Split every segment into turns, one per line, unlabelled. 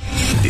The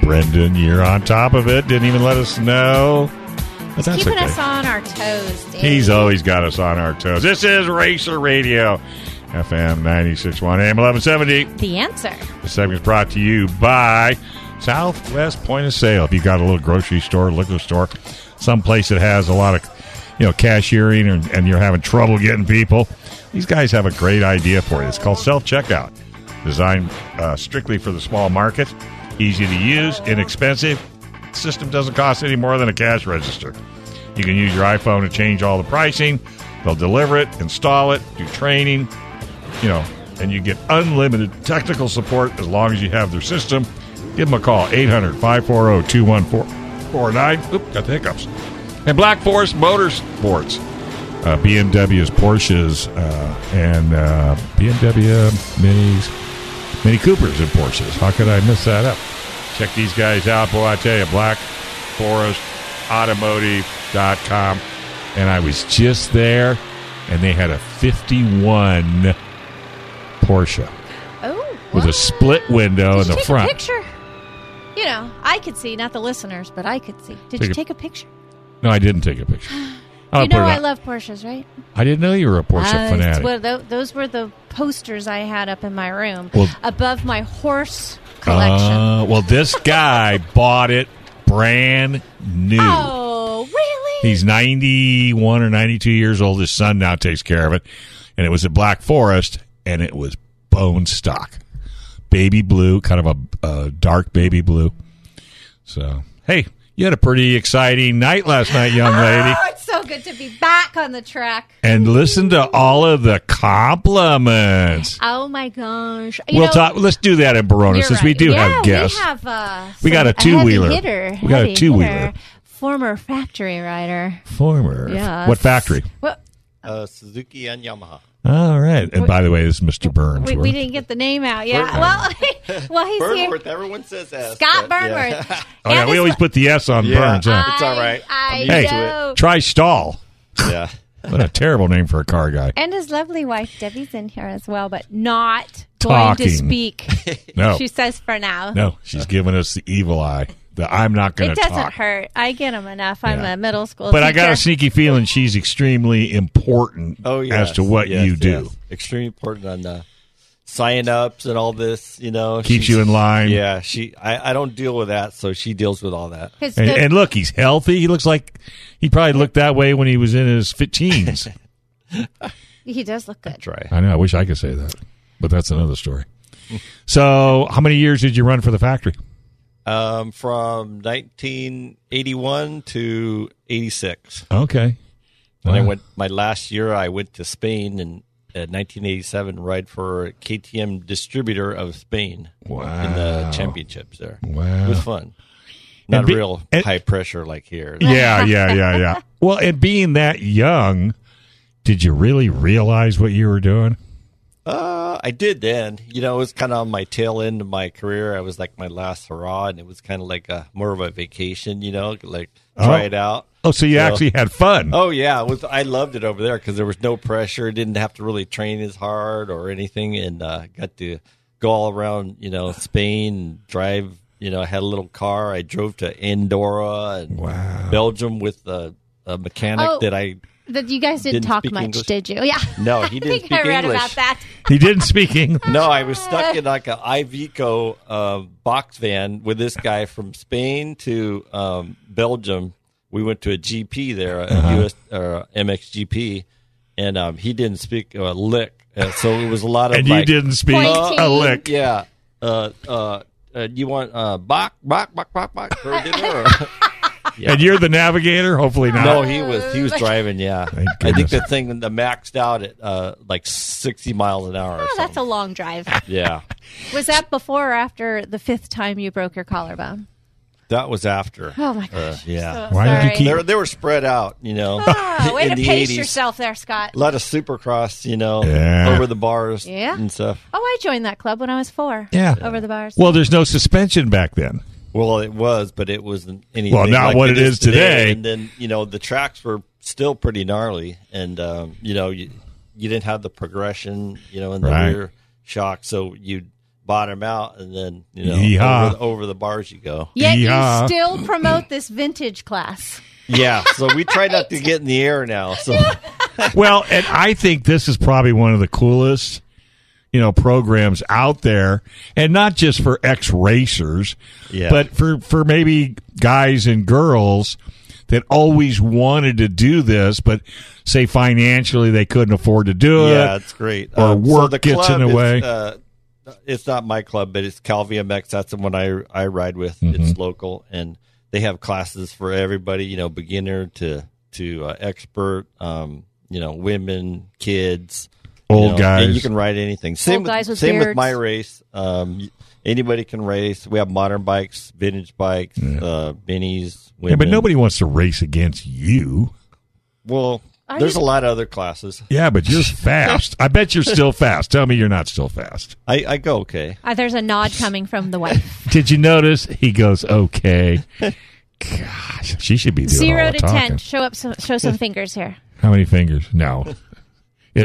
Brendan, you're on top of it. Didn't even let us know. But that's
Keeping
okay.
us on our toes, Dave.
He's always got us on our toes. This is Racer Radio, FM 96.1 AM 1170.
the answer.
The segment is brought to you by Southwest Point of Sale. If you've got a little grocery store, liquor store, someplace that has a lot of you know cashiering and, and you're having trouble getting people, these guys have a great idea for you. It's called self checkout, designed uh, strictly for the small market, easy to use, inexpensive. System doesn't cost any more than a cash register. You can use your iPhone to change all the pricing. They'll deliver it, install it, do training, you know, and you get unlimited technical support as long as you have their system. Give them a call, 800 540 2149. Oop, got the hiccups. And Black Forest Motorsports, uh, BMWs, Porsches, uh, and uh, BMW Minis, Mini Coopers, and Porsches. How could I miss that up? Check these guys out. Boy, I tell you, Black Forest Automotive.com. And I was just there, and they had a 51 Porsche
Oh,
with a
what?
split window in
Did you
the
take
front.
A picture. You know, I could see, not the listeners, but I could see. Did
Take
you
a-
take a picture?
No, I didn't take a picture. I'll
you
put
know,
it
I
up.
love Porsches, right?
I didn't know you were a Porsche
Uh,
fanatic.
Well, tho- those were the posters I had up in my room
Well-
above my horse collection.
Uh, well, this guy bought it brand new.
oh, really?
He's 91 or 92 years old. His son now takes care of it. And it was at Black Forest, and it was bone stock. Baby blue, kind of a, a dark baby blue. So, hey, you had a pretty exciting night last night, young lady.
Oh, it's so good to be back on the track.
And listen to all of the compliments.
Oh my gosh! You
We'll
know,
talk. Let's do that in Verona
You're
since we
right.
do
Yeah,
have guests.
We have uh,
We got
some-
a two-wheeler.
heavy hitter,
We got a
heavy
two-wheeler.
hitter, Former factory rider.
Former.
Yeah.
What factory?
Well,
uh, Suzuki and Yamaha.
All right. And by the way, this is Mr. Burns.
we, we didn't get the name out. Yeah. Well, well, he's here.
Burnworth, everyone says that.
Scott
but, yeah.
Burnworth.
Oh, yeah,
And
we
his-
always put the S on
Yeah.
Burns. huh?
Uh,
It's all right.
I, I
I'm
hey,
used to it.
know.
try Stahl.
Yeah.
What a terrible name for a car guy.
And his lovely wife Debbie's in here as well, but not going
Talking.
to speak.
No,
She says for now.
no, she's giving us the evil eye. The I'm not going
It
to
doesn't
talk.
hurt. I get him enough. I'm
Yeah.
a middle school
But I got a
teacher.
sneaky feeling she's extremely important
Oh, yeah.
as to what you do.
Extremely important on uh, sign ups and all this. You know,
Keeps
She's-
you in line.
Yeah, she. I, I don't deal with that, so she deals with all that.
His
And,
good-
and look, he's healthy. He looks like he probably looked that way when he was in his fit teens.
he does look good.
Try.
I know. I wish I could say that, but that's another story. So, how many years did you run for the factory?
Um, from 1981 to 86,
Okay.
and I
Wow.
went. My last year, I went to Spain and. Uh, 1987, ride for KTM distributor of Spain in
Wow.
the championships there.
Wow.
It was fun. Not
be-
real
and-
high pressure like here.
Yeah, yeah, yeah, yeah. Well, and being that young, did you really realize what you were doing?
Uh, I did then. You know, it was kind of on my tail end of my career. I was like my last hurrah, and it was kind of like a more of a vacation. You know, like try
Oh.
it out.
Oh, so you actually had fun.
Oh yeah, it was, I loved it over there because there was no pressure. Didn't have to really train as hard or anything, and uh, got to go all around. You know, Spain, drive
You know, I had a little car. I drove to Andorra and
Wow.
Belgium with a, a mechanic
Oh.
that I.
That you guys didn't,
Didn't
talk
speak
much,
English.
did you? Yeah.
No, he
I
didn't
think
speak
I read
English.
about that.
He didn't speak English.
No, I was stuck in like a Iveco uh, box van with this guy from Spain to um, Belgium. We went to a GP there, a US or a MXGP, and um, he didn't speak a lick. Uh, so it was a lot of
And
like,
you didn't speak
Pointing.
a lick.
Yeah.
Oh,
Uh, uh, uh, you want uh, Bach, Bach, Bach, Bach, Bach for dinner? Or?
And you're the navigator? Hopefully not.
no, he was he was driving. Yeah,
Thank
I think
goodness.
the thing the maxed out at uh, like sixty miles an hour. Or
Oh, that's
something.
a long drive.
yeah,
Was that before or after the fifth time you broke your collarbone?
that was after.
Oh my gosh.
yeah.
So
Why did you
sorry.
keep-
They were, they were spread out, you know.
Ah, way
in
to
the
pace
80s.
yourself there, Scott.
A lot of supercross, you know,
Yeah.
over the bars
Yeah.
and stuff.
Oh, I joined that club when I was four.
Yeah.
Over the bars.
Well, there's no suspension back then.
Well, it was, but it wasn't anything.
Well, not
like
what it is today.
And then you know the tracks were still pretty gnarly, and um, you know you you didn't have the progression, you know, in the
Right.
rear shock, so you bottom out, and then you know
Yeehaw.
over the, over the bars you go.
Yet
Yeah.
you still promote this vintage class.
Yeah, so we try not to get in the air now. So
well, and I think this is probably one of the coolest, you know, programs out there, and not just for ex racers,
Yeah.
but for for maybe guys and girls that always wanted to do this, but say financially they couldn't afford to do
yeah,
it.
it's great. Um,
Or work gets in the
is,
way.
uh, it's not my club, but it's Cal VMX. That's the one I I ride with.
Mm-hmm.
It's local, and they have classes for everybody. You know, beginner to to uh, expert. Um, you know, women, kids, you
Old
know,
guys.
And you can ride anything. Same
Old
with,
guys with
same with
beards.
my race. Um, y- anybody can race. We have modern bikes, vintage bikes, uh, minis. Women.
Yeah, but nobody wants to race against you.
Well,
Are
there's
you-
a lot of other classes.
Yeah, but you're fast. I bet you're still fast. Tell me you're not still fast.
I, I go okay.
Uh, there's a nod coming from the wife.
Did you notice? He goes, okay. Gosh, she should be doing all
Zero
the
to
talking.
ten. Show up. Some, show some fingers here.
How many fingers? No. If-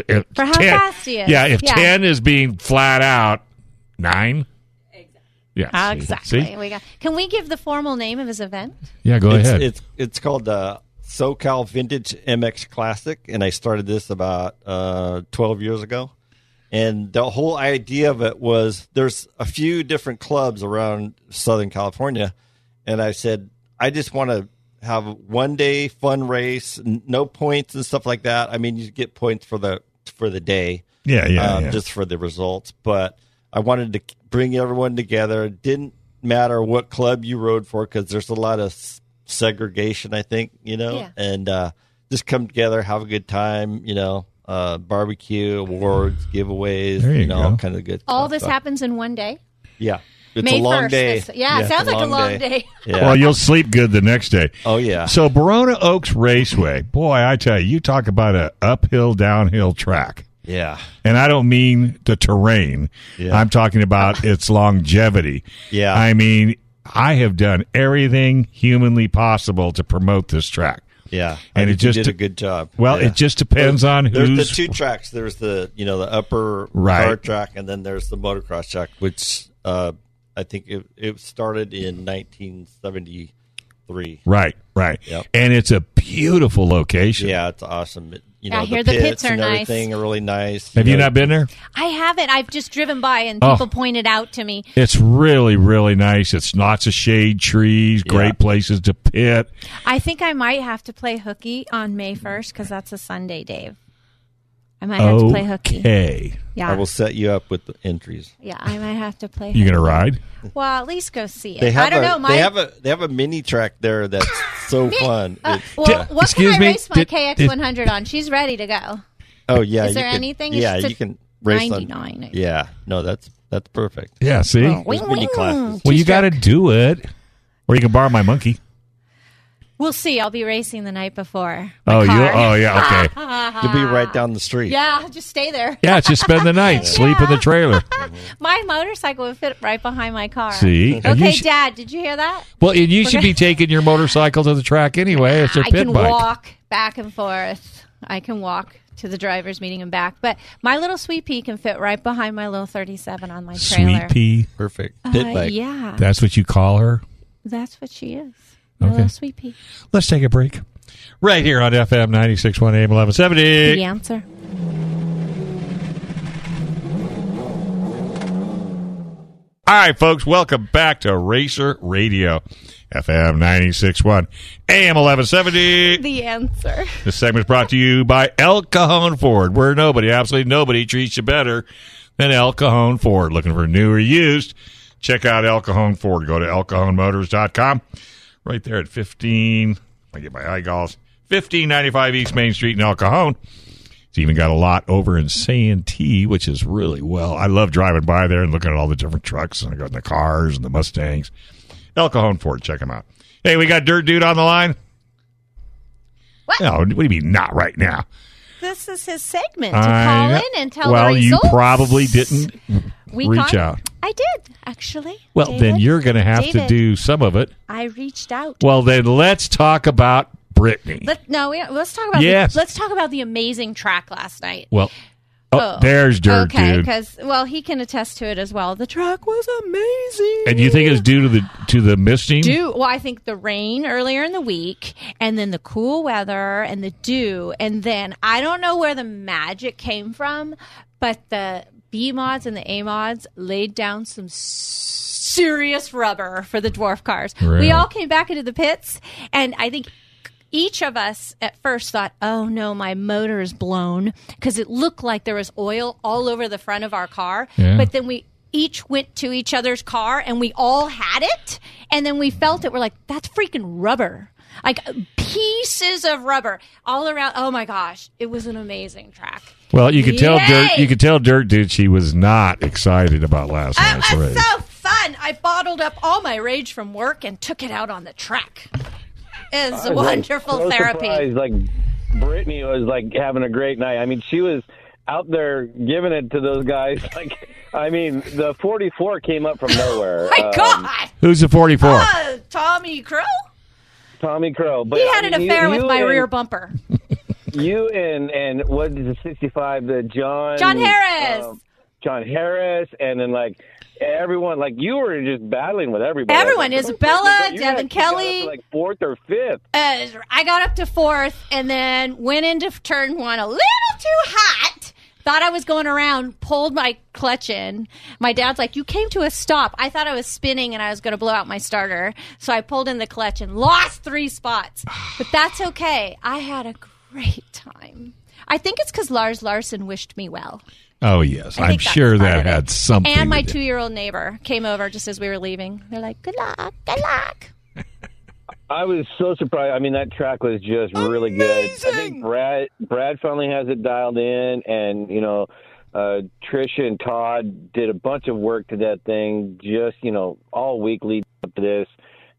if
For how
10
fast he is.
Yeah, if
Yeah.
10 is being flat out, nine? Yeah. see-
Exactly.
see?
We got. Can we give the formal name of his event?
Yeah, go
it's,
ahead.
It's it's called the SoCal Vintage MX Classic, and I started this about uh, twelve years ago. And the whole idea of it was there's a few different clubs around Southern California, and I said I just want to have one day fun race, n- no points and stuff like that. I mean, you get points for the for the day,
yeah, yeah,
um,
yeah.
just for the results. But I wanted to bring everyone together. It didn't matter what club you rode for because there's a lot of s- segregation, I think, you know,
Yeah.
and uh, just come together, have a good time, you know, uh, barbecue, awards, giveaways,
There you
know,
go.
all kind of good
All
stuff.
this
So,
happens in one day.
Yeah. It's
May
a long
1st,
day.
this- yeah, it
it's
sounds like a long day.
Yeah.
well, you'll sleep good the next day.
oh, yeah.
So, Barona Oaks Raceway, boy, I tell you, you talk about a uphill, downhill track.
Yeah.
And I don't mean the terrain.
Yeah.
I'm talking about its longevity.
Yeah.
I mean, I have done everything humanly possible to promote this track.
Yeah, I
And it
think you
just
did
de-
a good job.
Well,
Yeah.
it just depends on
There's the
who's-
two tracks. There's the you know the upper
Right.
car track, and then there's the motocross track, which uh, I think it, it started in 1973.
Right, right.
Yep.
And it's a beautiful location.
Yeah, it's awesome. It- you know,
Yeah, I hear
the
the
pits,
pits are
and
nice.
everything are really nice.
Have you
know,
not been there?
I haven't. I've just driven by and
Oh.
people pointed out to me.
It's really, really nice. It's lots of shade trees,
Yeah.
great places to pit.
I think I might have to play hooky on May first because that's a Sunday, Dave. I might have to play hooky.
Okay.
Yeah.
I will set you up with the entries.
Yeah, I might have to play.
You
hooky.
going to ride?
Well, at least go see it.
They have
I don't
a,
know. My
They have a they have a mini track there that's so fun.
Uh,
It-
well,
Did-
what
excuse
can I
me,
race my
did-
KX100 on? She's ready to go.
oh yeah,
is
you
there
can-
anything? It's
Yeah,
just
you
a
can race on-
99, I think.
Yeah, no, that's that's perfect.
Yeah, see?
There's mini classes.
well, you got to
two-stroke.
do it. Or you can borrow my monkey.
We'll see. I'll be racing the night before. My
Oh, you?
car.
Oh, yeah. Okay.
You'll be right down the street.
Ah. Yeah, just stay there.
yeah, just spend the night, sleep in the trailer.
My motorcycle would fit right behind my car.
See? And you
Okay,
sh-
Dad, did you hear that?
Well, and you should be taking your motorcycle to the track anyway. It's your
I
pit
can
bike.
walk, back and forth. I can walk to the driver's meeting and back. But my little sweet pea can fit right behind my little 37 on my trailer.
Sweet pea.
Perfect.
Uh,
Pit bike.
yeah,
That's what you call her.
that's what she is. My
Okay.
little sweet pea.
Let's take a break. Right here on FM 96.1 AM 1170.
The answer.
All right, folks, welcome back to Racer Radio, FM 96.1, AM 1170.
The answer.
This segment is brought to you by El Cajon Ford, where nobody, absolutely nobody, treats you better than El Cajon Ford. Looking for new or used? Check out El Cajon Ford. Go to elcajonmotors.com. Right there at 15, I get my eyeballs, 1595 East Main Street in El Cajon. It's even got a lot over in Santee, which is really well. I love driving by there and looking at all the different trucks and I got the cars and the Mustangs. El Cajon Ford, check them out. Hey, we got Dirt Dude on the line.
What?
No, what do you mean not right now?
This is his segment to call
I-
in and tell
well,
the
you
results.
probably didn't
We
reach
caught-
out.
I did actually.
Well, then
David.
you're going to have to
David,
do some of it.
I reached out.
Well, then let's talk about Brittany.
Let, no, we, let's talk about.
Yes.
The, let's talk about the amazing track last night.
well, oh, there's dirt,
okay,
dude.
because well, he can attest to it as well. The track was amazing.
And you think it's due to the to the misting?
dew? Well, I think the rain earlier in the week, and then the cool weather and the dew, and then I don't know where the magic came from, but the B mods and the A mods laid down some serious rubber for the dwarf cars.
Really?
We all came back into the pits, and I think each of us at first thought, oh no, my motor is blown because it looked like there was oil all over the front of our car.
Yeah.
But then we each went to each other's car and we all had it. And then we felt it. We're like, that's freaking rubber. Like pieces of rubber all around. Oh my gosh, it was an amazing track.
Well, you could tell
Yay!
dirt. You could tell dirt, dude. She was not excited about last
That
night's
was
race.
so fun. I bottled up all my rage from work and took it out on the track. It's wonderful
so
therapy.
surprised, Like Brittany was like having a great night. I mean, she was out there giving it to those guys. Like, I mean, the 44 came up from nowhere.
My
Um, oh.
God,
Who's the forty-four?
uh, Tommy Crow.
Tommy Crow. But
He had
I
an
mean, you-
affair with
you
my
and-
rear bumper.
You and and what is the 65? The John
John
Mm.
Harris.
Oh.
um, John Harris, and then like everyone, like you were just battling with everybody.
Everyone,
Like,
Isabella,
you actually got
Devin
up
Kelly.
to, like fourth or fifth.
Uh, I got up to fourth and then went into turn one a little too hot. Thought I was going around, pulled my clutch in. My dad's like, You came to a stop. I thought I was spinning and I was going to blow out my starter. So I pulled in the clutch and lost three spots. But that's okay. I had a great time. I think it's because Lars Larson wished me well.
Oh yes,
I
I'm
think that's
sure
part
that
of it.
had something.
And my
to do-
two year old neighbor came over just as we were leaving. They're like, Good luck, good luck.
I was so surprised. I mean, that track was just really good. I think Brad Brad finally has it dialed in, and you know, uh, Trisha and Todd did a bunch of work to that thing. Just you know, all week leading up to this,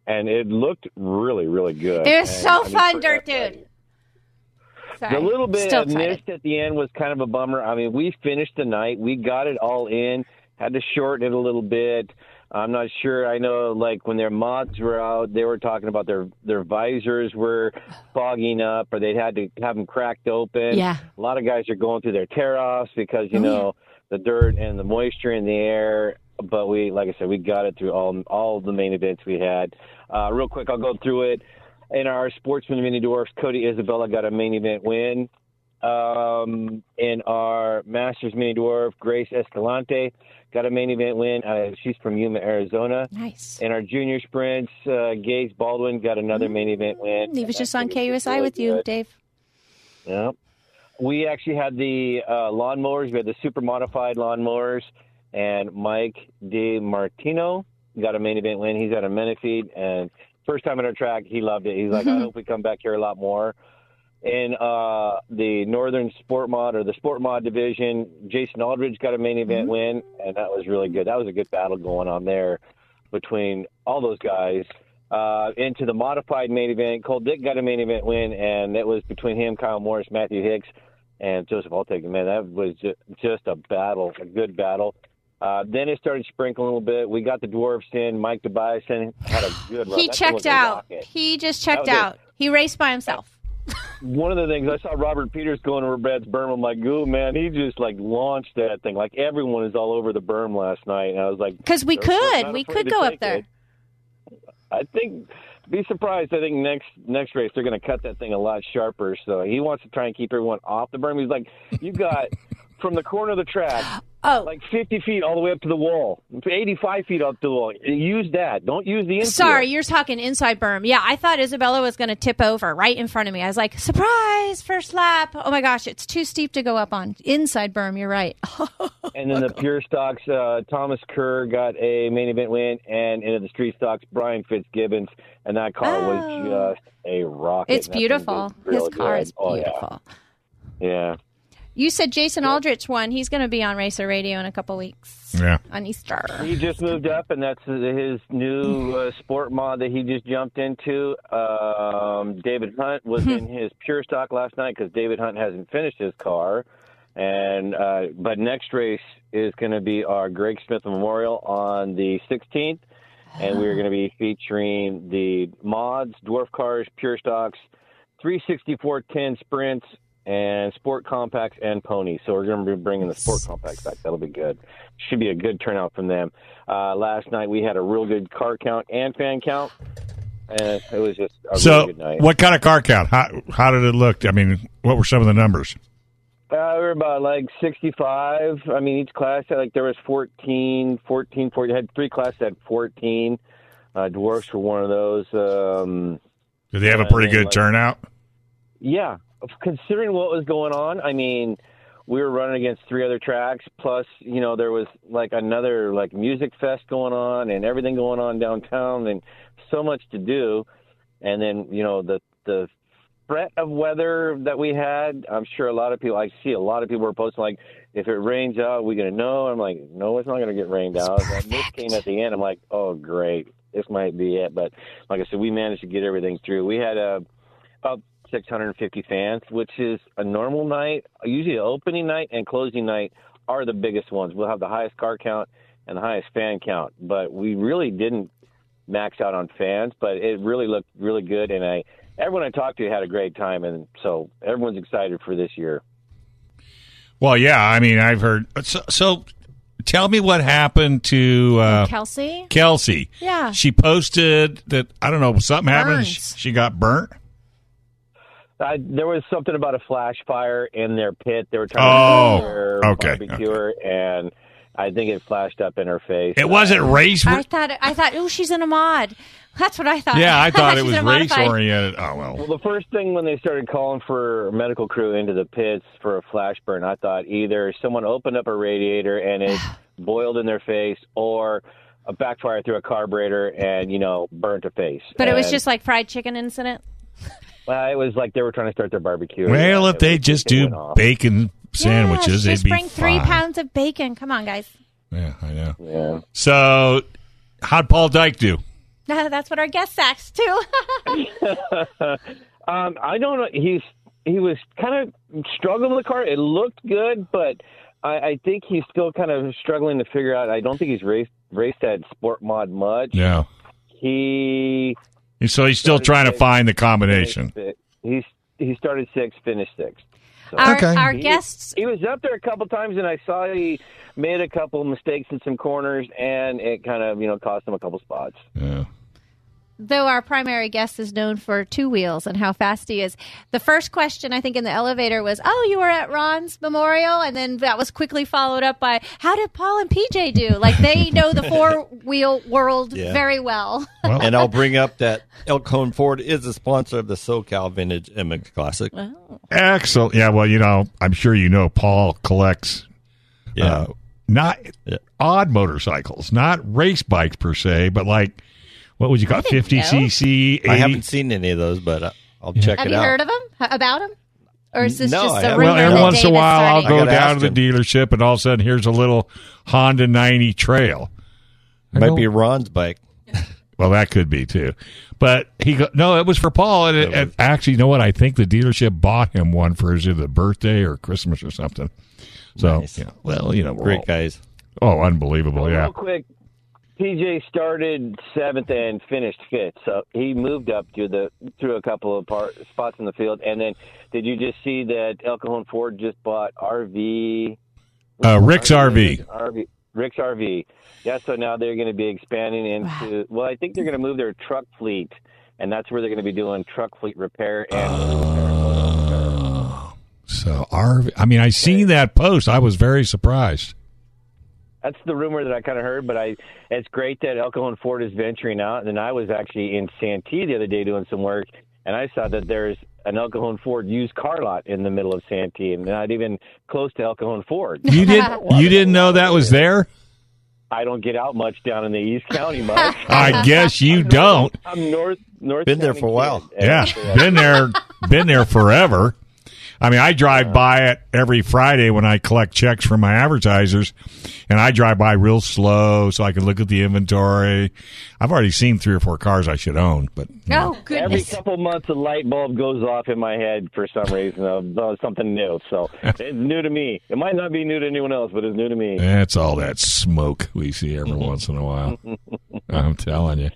and it looked really, really good.
It was
And,
so
I mean,
fun,
for-
Dirt Dude. Sorry.
The little bit
Still
of
excited.
missed at the end was kind of a bummer. I mean, we finished the night, we got it all in, had to shorten it a little bit. I'm not sure. I know, like when their mods were out, they were talking about their their visors were fogging up, or they had to have them cracked open.
Yeah.
a lot of guys are going through their tear offs because you
Oh, yeah.
know the dirt and the moisture in the air. But we, like I said, we got it through all all the main events we had. Uh, real quick, I'll go through it. In our sportsman mini dwarfs, Cody Isabella got a main event win. Um, in our masters mini dwarf, Grace Escalante got a main event win. Uh, she's from Yuma, Arizona.
Nice.
In our junior sprints, uh, Gaze Baldwin got another main event win.
He
And
was just
I
on
think it was
KUSI
really
with you,
good.
Dave.
Yep. We actually had the uh, lawnmowers. We had the super modified lawnmowers, and Mike DiMartino got a main event win. He's out of Menifee, and first time at our track, he loved it. He's like, I hope we come back here a lot more. In uh, the Northern Sport Mod or the Sport Mod division, Jason Aldridge got a main event win, and that was really good. That was a good battle going on there between all those guys uh, into the modified main event. Cole Dick got a main event win, and that was between him, Kyle Morris, Matthew Hicks, and Joseph Altig. Man, that was ju- just a battle, a good battle. Uh, then it started sprinkling a little bit. We got the dwarfs in. Mike DeBison had a good run. That
He
thing was
checked
a
out.
rocket.
He just checked
That was it.
out. He raced by himself.
one of the things I saw Robert Peters going over Brad's berm. I'm like, ooh, man, he just like launched that thing. Like everyone is all over the berm last night, and I was like,
Because we
"They're not
could. We
afraid
could
to
go up
take
there.
it." I think be surprised. I think next next race they're going to cut that thing a lot sharper. So he wants to try and keep everyone off the berm. He's like, you got from the corner of the track
Oh,
like 50 feet all the way up to the wall, 85 feet up to the wall. Use that. Don't use the infield.
sorry, you're talking inside berm. Yeah, I thought Isabella was going to tip over right in front of me. I was like, surprise, first lap. Oh my gosh, it's too steep to go up on inside berm. You're right.
And then the pure stocks, uh, Thomas Kerr got a main event win, and into the street stocks, Brian Fitzgibbons, and that car
Oh.
was just a rocket.
it's
That thing
beautiful.
did
His
real
car
good.
is
Oh, yeah.
beautiful.
yeah.
You said Jason Aldrich won. He's going to be on Racer Radio in a couple weeks
Yeah.
on Easter.
He just moved up, and that's his new uh, sport mod that he just jumped into. Um, David Hunt was in his pure stock last night because David Hunt hasn't finished his car, and uh, but next race is going to be our Greg Smith Memorial on the 16th, and we're going to be featuring the mods, dwarf cars, pure stocks, 364 10 sprints. And sport compacts and ponies. So we're going to be bringing the sport compacts back. That'll be good. Should be a good turnout from them. Uh, last night we had a real good car count and fan count. And it was just a
So,
really good night.
what kind of car count? How, how did it look? I mean, what were some of the numbers?
Uh, we were about like 65. I mean, each class had like there was 14, 14, 14. had three classes that had 14. Uh, dwarfs were one of those. Um,
Did they have a
I
pretty
mean,
good
like-
turnout?
yeah, considering what was going on, I mean, we were running against three other tracks. Plus, you know, there was like another like music fest going on and everything going on downtown and so much to do. And then, you know, the the threat of weather that we had, I'm sure a lot of people. I see a lot of people were posting like, "If it rains out, we gonna know." I'm like, "No, it's not gonna get rained out." And this came at the end. I'm like, "Oh, great, this might be it." But like I said, we managed to get everything through. We had uh, about 650 fans, which is a normal night. Usually, the opening night and closing night are the biggest ones. We'll have the highest car count and the highest fan count, but we really didn't max out on fans, but it really looked really good. And I, everyone I talked to had a great time, and so everyone's excited for this year.
Well, yeah. I mean, I've heard. So, so tell me what happened to uh,
Kelsey?
Kelsey.
Yeah.
She posted that, I don't know, something happened.
Burns.
She, she got burnt.
I, there was something about a flash fire in their pit. They were trying
Oh,
to their
okay,
barbecue, her, and I think it flashed up in her face.
It wasn't race.
I thought, I thought, oh, she's in a mod. That's what I thought.
yeah, I thought it
she's
was
in a
race
modified.
oriented. Oh, well.
Well, the first thing when they started calling for a medical crew into the pits for a flash burn, I thought either someone opened up a radiator and it boiled in their face, or a backfire through a carburetor and you know burnt a face.
But it was
And,
just like fried chicken incident.
well, it was like they were trying to start their barbecue.
Well,
Yeah,
if
it
they
was-
just
it went
do
off.
bacon sandwiches,
yes,
they'd
just
be
bring three
fine.
pounds of bacon. Come on, guys.
Yeah, I know.
Yeah.
So, how'd Paul Dyke do?
That's what our guest asked too.
Um, I don't know. He's he was kind of struggling with the car. It looked good, but I, I think he's still kind of struggling to figure out. I don't think he's raced raced that sport mod much.
No.
He
So he's still trying to find the combination.
he's he started sixth, finished sixth.
our
Okay.
our
He-
guests.
He was up there a couple times, and I saw he made a couple mistakes in some corners, and it kind of you know cost him a couple spots.
Yeah.
though our primary guest is known for two wheels and how fast he is, the first question I think in the elevator was, "Oh, you were at Ron's memorial," and then that was quickly followed up by, "How did Paul and PJ do?" Like they know the four wheel world
Yeah.
very well.
Oh. And I'll bring up that Elkhorn Ford is a sponsor of the SoCal Vintage MX Classic.
Uh.
Uh,
Excellent. Yeah, well, you know, I'm sure you know Paul collects
Yeah.
uh, not
Yeah.
odd motorcycles, not race bikes per se, but like what would you call it, 50
know.
cc? 80?
I haven't seen any of those, but I- I'll check
Have
it
you
out.
heard of him? H- About him? Or is this
No, I
just a
haven't.
rumor?
Well, every
that
once in a
Dave is
while, I'll
starting?
go
I gotta
down to
ask
the dealership, and all of a sudden, here's a little Honda 90 Trail. I
Might
go,
be Ron's bike.
Well, that could be too. But he go, no, it was for Paul. And, it, and actually, you know what? I think the dealership bought him one for his either birthday or Christmas or something. So,
Nice.
yeah, well, you know, we're
Great
all-
guys.
Oh, unbelievable! Yeah,
Real quick,
PJ started seventh and finished fifth, so he moved up through the through a couple of par spots in the field. And then, did you just see that El Cajon Ford just bought RV?
Uh, Rick's RV.
RV. Rick's RV. Yeah, so now they're going to be expanding into. Well, I think they're going to move their truck fleet, and that's where they're going to be doing truck fleet repair and.
So RV. I mean, I seen that post. I was very surprised.
That's the rumor that I kind of heard, but I it's great that El Cajon Ford is venturing out. And I was actually in Santee the other day doing some work, and I saw that there's an El Cajon Ford used car lot in the middle of Santee, and not even close to El Cajon Ford.
You did. You didn't know that was there.
I don't get out much down in the East County much.
I guess you don't.
I'm north, north.
Been there for a while.
Edmonton,
Yeah,
and-
been there, been there forever. I mean, I drive by it every Friday when I collect checks from my advertisers, and I drive by real slow so I can look at the inventory. I've already seen three or four cars I should own, but you know.
Oh
Every
goodness.
couple months, a light bulb goes off in my head for some reason of uh, something new. So it's new to me. It might not be new to anyone else, but it's new to me.
That's all that smoke we see every once in a while. I'm telling you.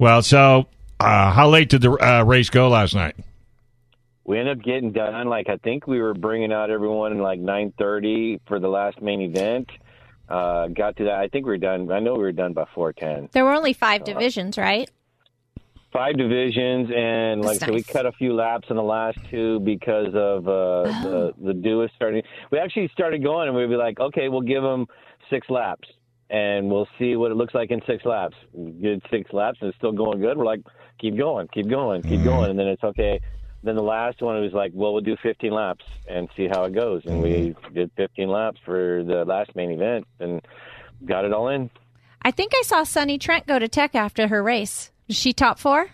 Well, so uh, how late did the uh, race go last night?
We ended up getting done. Like I think we were bringing out everyone in like nine thirty for the last main event. Uh, got to that. I think we were done. I know we were done by four ten.
There were only five divisions, right?
Five divisions, and like
That's
so we
nice.
cut a few laps in the last two because of uh, the the dew is starting. We actually started going, and we'd be like, okay, we'll give them six laps, and we'll see what it looks like in six laps. We did six laps, and it's still going good. We're like, keep going, keep going, keep going, and then it's okay. Then the last one it was like, well, we'll do 15 laps and see how it goes, and we did 15 laps for the last main event and got it all in.
I think I saw Sunny Trent go to Tech after her race. Was she top four?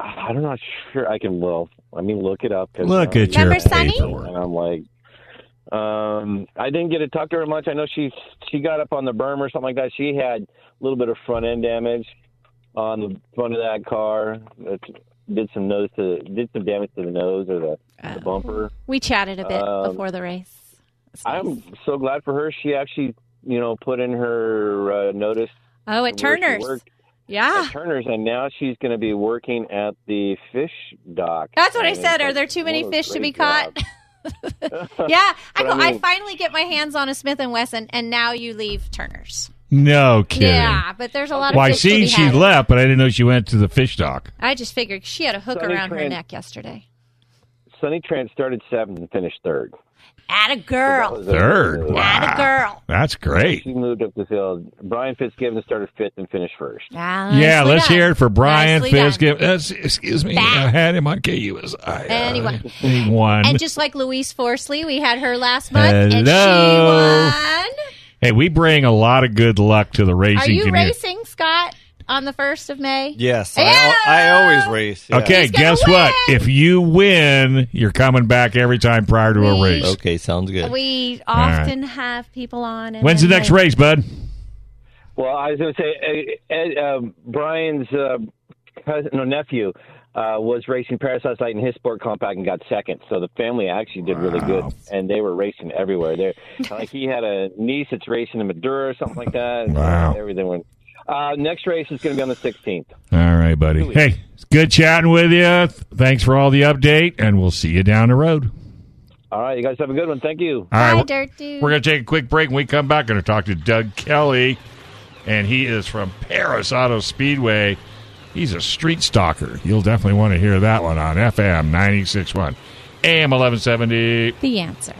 I'm not sure I can. Well, I mean, look it up. 'cause,
Look
um,
at your
Remember Sunny?
paperwork.
and I'm like, um, I didn't get to talk to her much. I know she she got up on the berm or something like that. She had a little bit of front end damage on the front of that car. It did some nose to did some damage to the nose or the,
Oh.
the bumper.
We chatted a bit
Um,
before the race. That's nice.
I'm so glad for her. She actually, you know, put in her uh, notice
Oh, at
where she
Turner's.
worked
Yeah.
at Turner's, and now she's going to be working at the fish dock.
That's what I
And
said.
it's
Are
like,
there too many
what a
fish to be
great
caught?
job.
yeah, I,
But
go,
I
I
mean-
finally get my hands on a Smith and Wesson, and now you leave Turner's.
No kidding.
Yeah, but there's a lot of.
Well, I
fish to
seen
be
she
had.
left, but I didn't know she went to the fish dock.
I just figured she had a hook
Sunny
around her
Trent.
neck yesterday.
Sunny Trent started seventh and finished third.
At a girl.
Third.
At
Wow.
a girl.
That's great.
He moved up the field. Brian Fitzgibbon started fifth and finished first.
Ah,
Yeah,
nicely
let's
done.
hear it for Brian
Nicely done.
Fiske. That's, excuse me, uh, I had him on KUSI.
Anyway.
He won.
And just like Louise Forsley, we had her last month, and
Hello.
she won.
hey, we bring a lot of good luck to the racing
Are you
community.
racing, Scott, on the 1st of May?
Yes,
Yeah.
I, I always race. yeah.
Okay,
He's gonna
guess what?
win.
If you win, you're coming back every time prior to a
We-
race.
Okay, sounds good.
We
right.
often have people on. And
When's the
then
next
they-
race, bud?
Well, Oh, I was going to say uh, Ed, uh, Brian's uh, cousin, no, nephew uh, was racing Paris last night in his sport compact and got second. So the family actually did really good, and they were racing everywhere. There, like he had a niece that's racing in Madura or something like that.
Wow.
Everything went. Uh, next race is going to be on the 16th.
All right, buddy. Hey, it's good chatting with you. Thanks for all the update, and we'll see you down the road.
All right, you guys have a good one. Thank you.
All right,
Hi,
we're-
Dirt Dude.
We're going to take a quick break. When we come back, going to talk to Doug Kelly, and he is from Paris Auto Speedway. He's a street stalker. You'll definitely want to hear that one on FM 96.1, AM 1170.
the answer.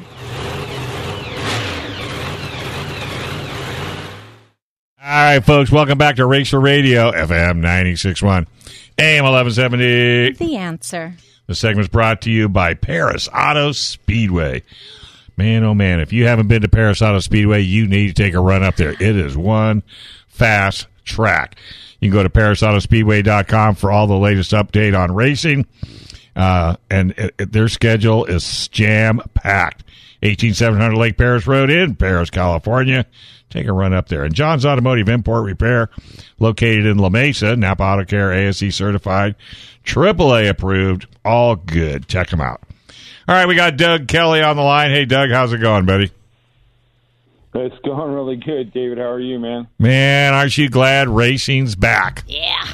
All right, folks, welcome back to Racer Radio, FM 96.1, AM 1170.
The answer.
The segment's brought to you by Paris Auto Speedway. Man, oh man, if you haven't been to Paris Auto Speedway, you need to take a run up there. It is one fast track. You can go to parisautospeedway.com for all the latest update on racing. Uh, and it, it- their schedule is jam packed. 18700 Lake Paris Road in Paris, California. Take a run up there. And John's Automotive Import Repair, located in La Mesa, Napa Auto Care, ASC certified, AAA approved, all good. Check them out. All right, we got Doug Kelly on the line. Hey, Doug, how's it going, buddy?
It's going really good, David. How are you, man?
Man, aren't you glad racing's back?
Yeah.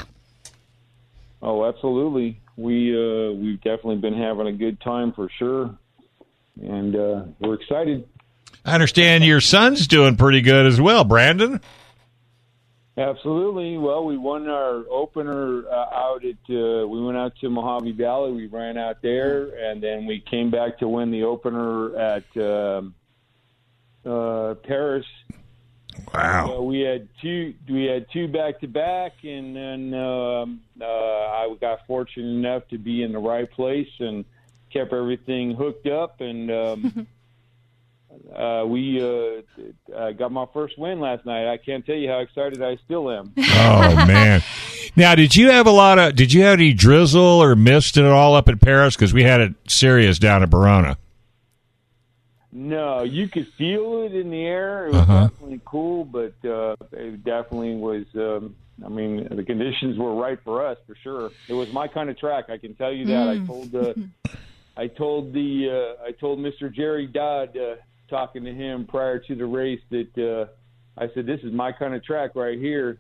Oh, absolutely. We uh, we've definitely been having a good time for sure, and uh, we're excited.
I understand your son's doing pretty good as well, Brandon.
Absolutely. Well, we won our opener uh, out at. Uh, we went out to Mojave Valley. We ran out there, and then we came back to win the opener at um, uh, Paris.
Wow.
So we had two. We had two back to back, and then um, uh, I got fortunate enough to be in the right place and kept everything hooked up, and um, uh, we uh, uh, got my first win last night. I can't tell you how excited I still am.
Oh man! Now, did you have a lot of? Did you have any drizzle or mist at all up in Paris? Because we had it serious down at Verona.
No, you could feel it in the air. It was
Uh-huh.
definitely cool, but uh, it definitely was. Um, I mean, the conditions were right for us for sure. It was my kind of track. I can tell you that.
Mm.
I told. Uh, I told the. Uh, I told Mr. Jerry Dodd, uh, talking to him prior to the race, that uh, I said, "This is my kind of track right here,"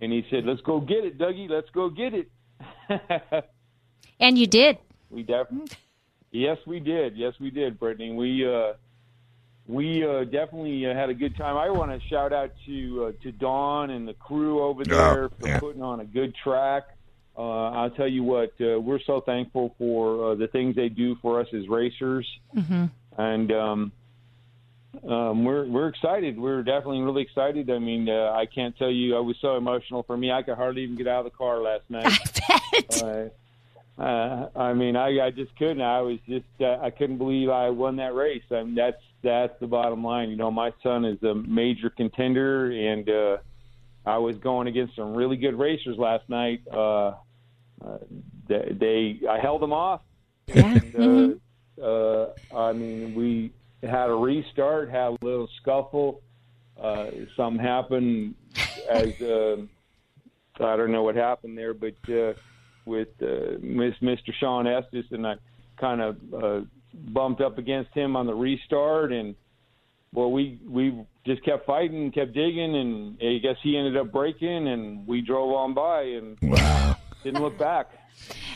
and he said, "Let's go get it, Dougie. Let's go get it."
And you did.
We definitely. Yes, we did. Yes, we did, Brittany. We uh, we uh, definitely uh, had a good time. I want to shout out to uh, to Dawn and the crew over there for
yeah.
putting on a good track. Uh, I'll tell you what, uh, we're so thankful for uh, the things they do for us as racers, and um, um, we're we're excited. We're definitely really excited. I mean, uh, I can't tell you, I was so emotional for me. I could hardly even get out of the car last night. Uh, uh, I mean, I, I just couldn't. I was just uh, I couldn't believe I won that race. I mean, that's that's the bottom line. You know, my son is a major contender, and uh, I was going against some really good racers last night. Uh, uh, they, they I held them off. And, uh, uh, I mean, we had a restart, had a little scuffle. Uh, something happened as uh, I don't know what happened there, but uh, with uh, Miss, Mr. Sean Estes, and I kind of uh, bumped up against him on the restart, and well, we we just kept fighting, kept digging, and I guess he ended up breaking, and we drove on by and
Wow.
didn't look back.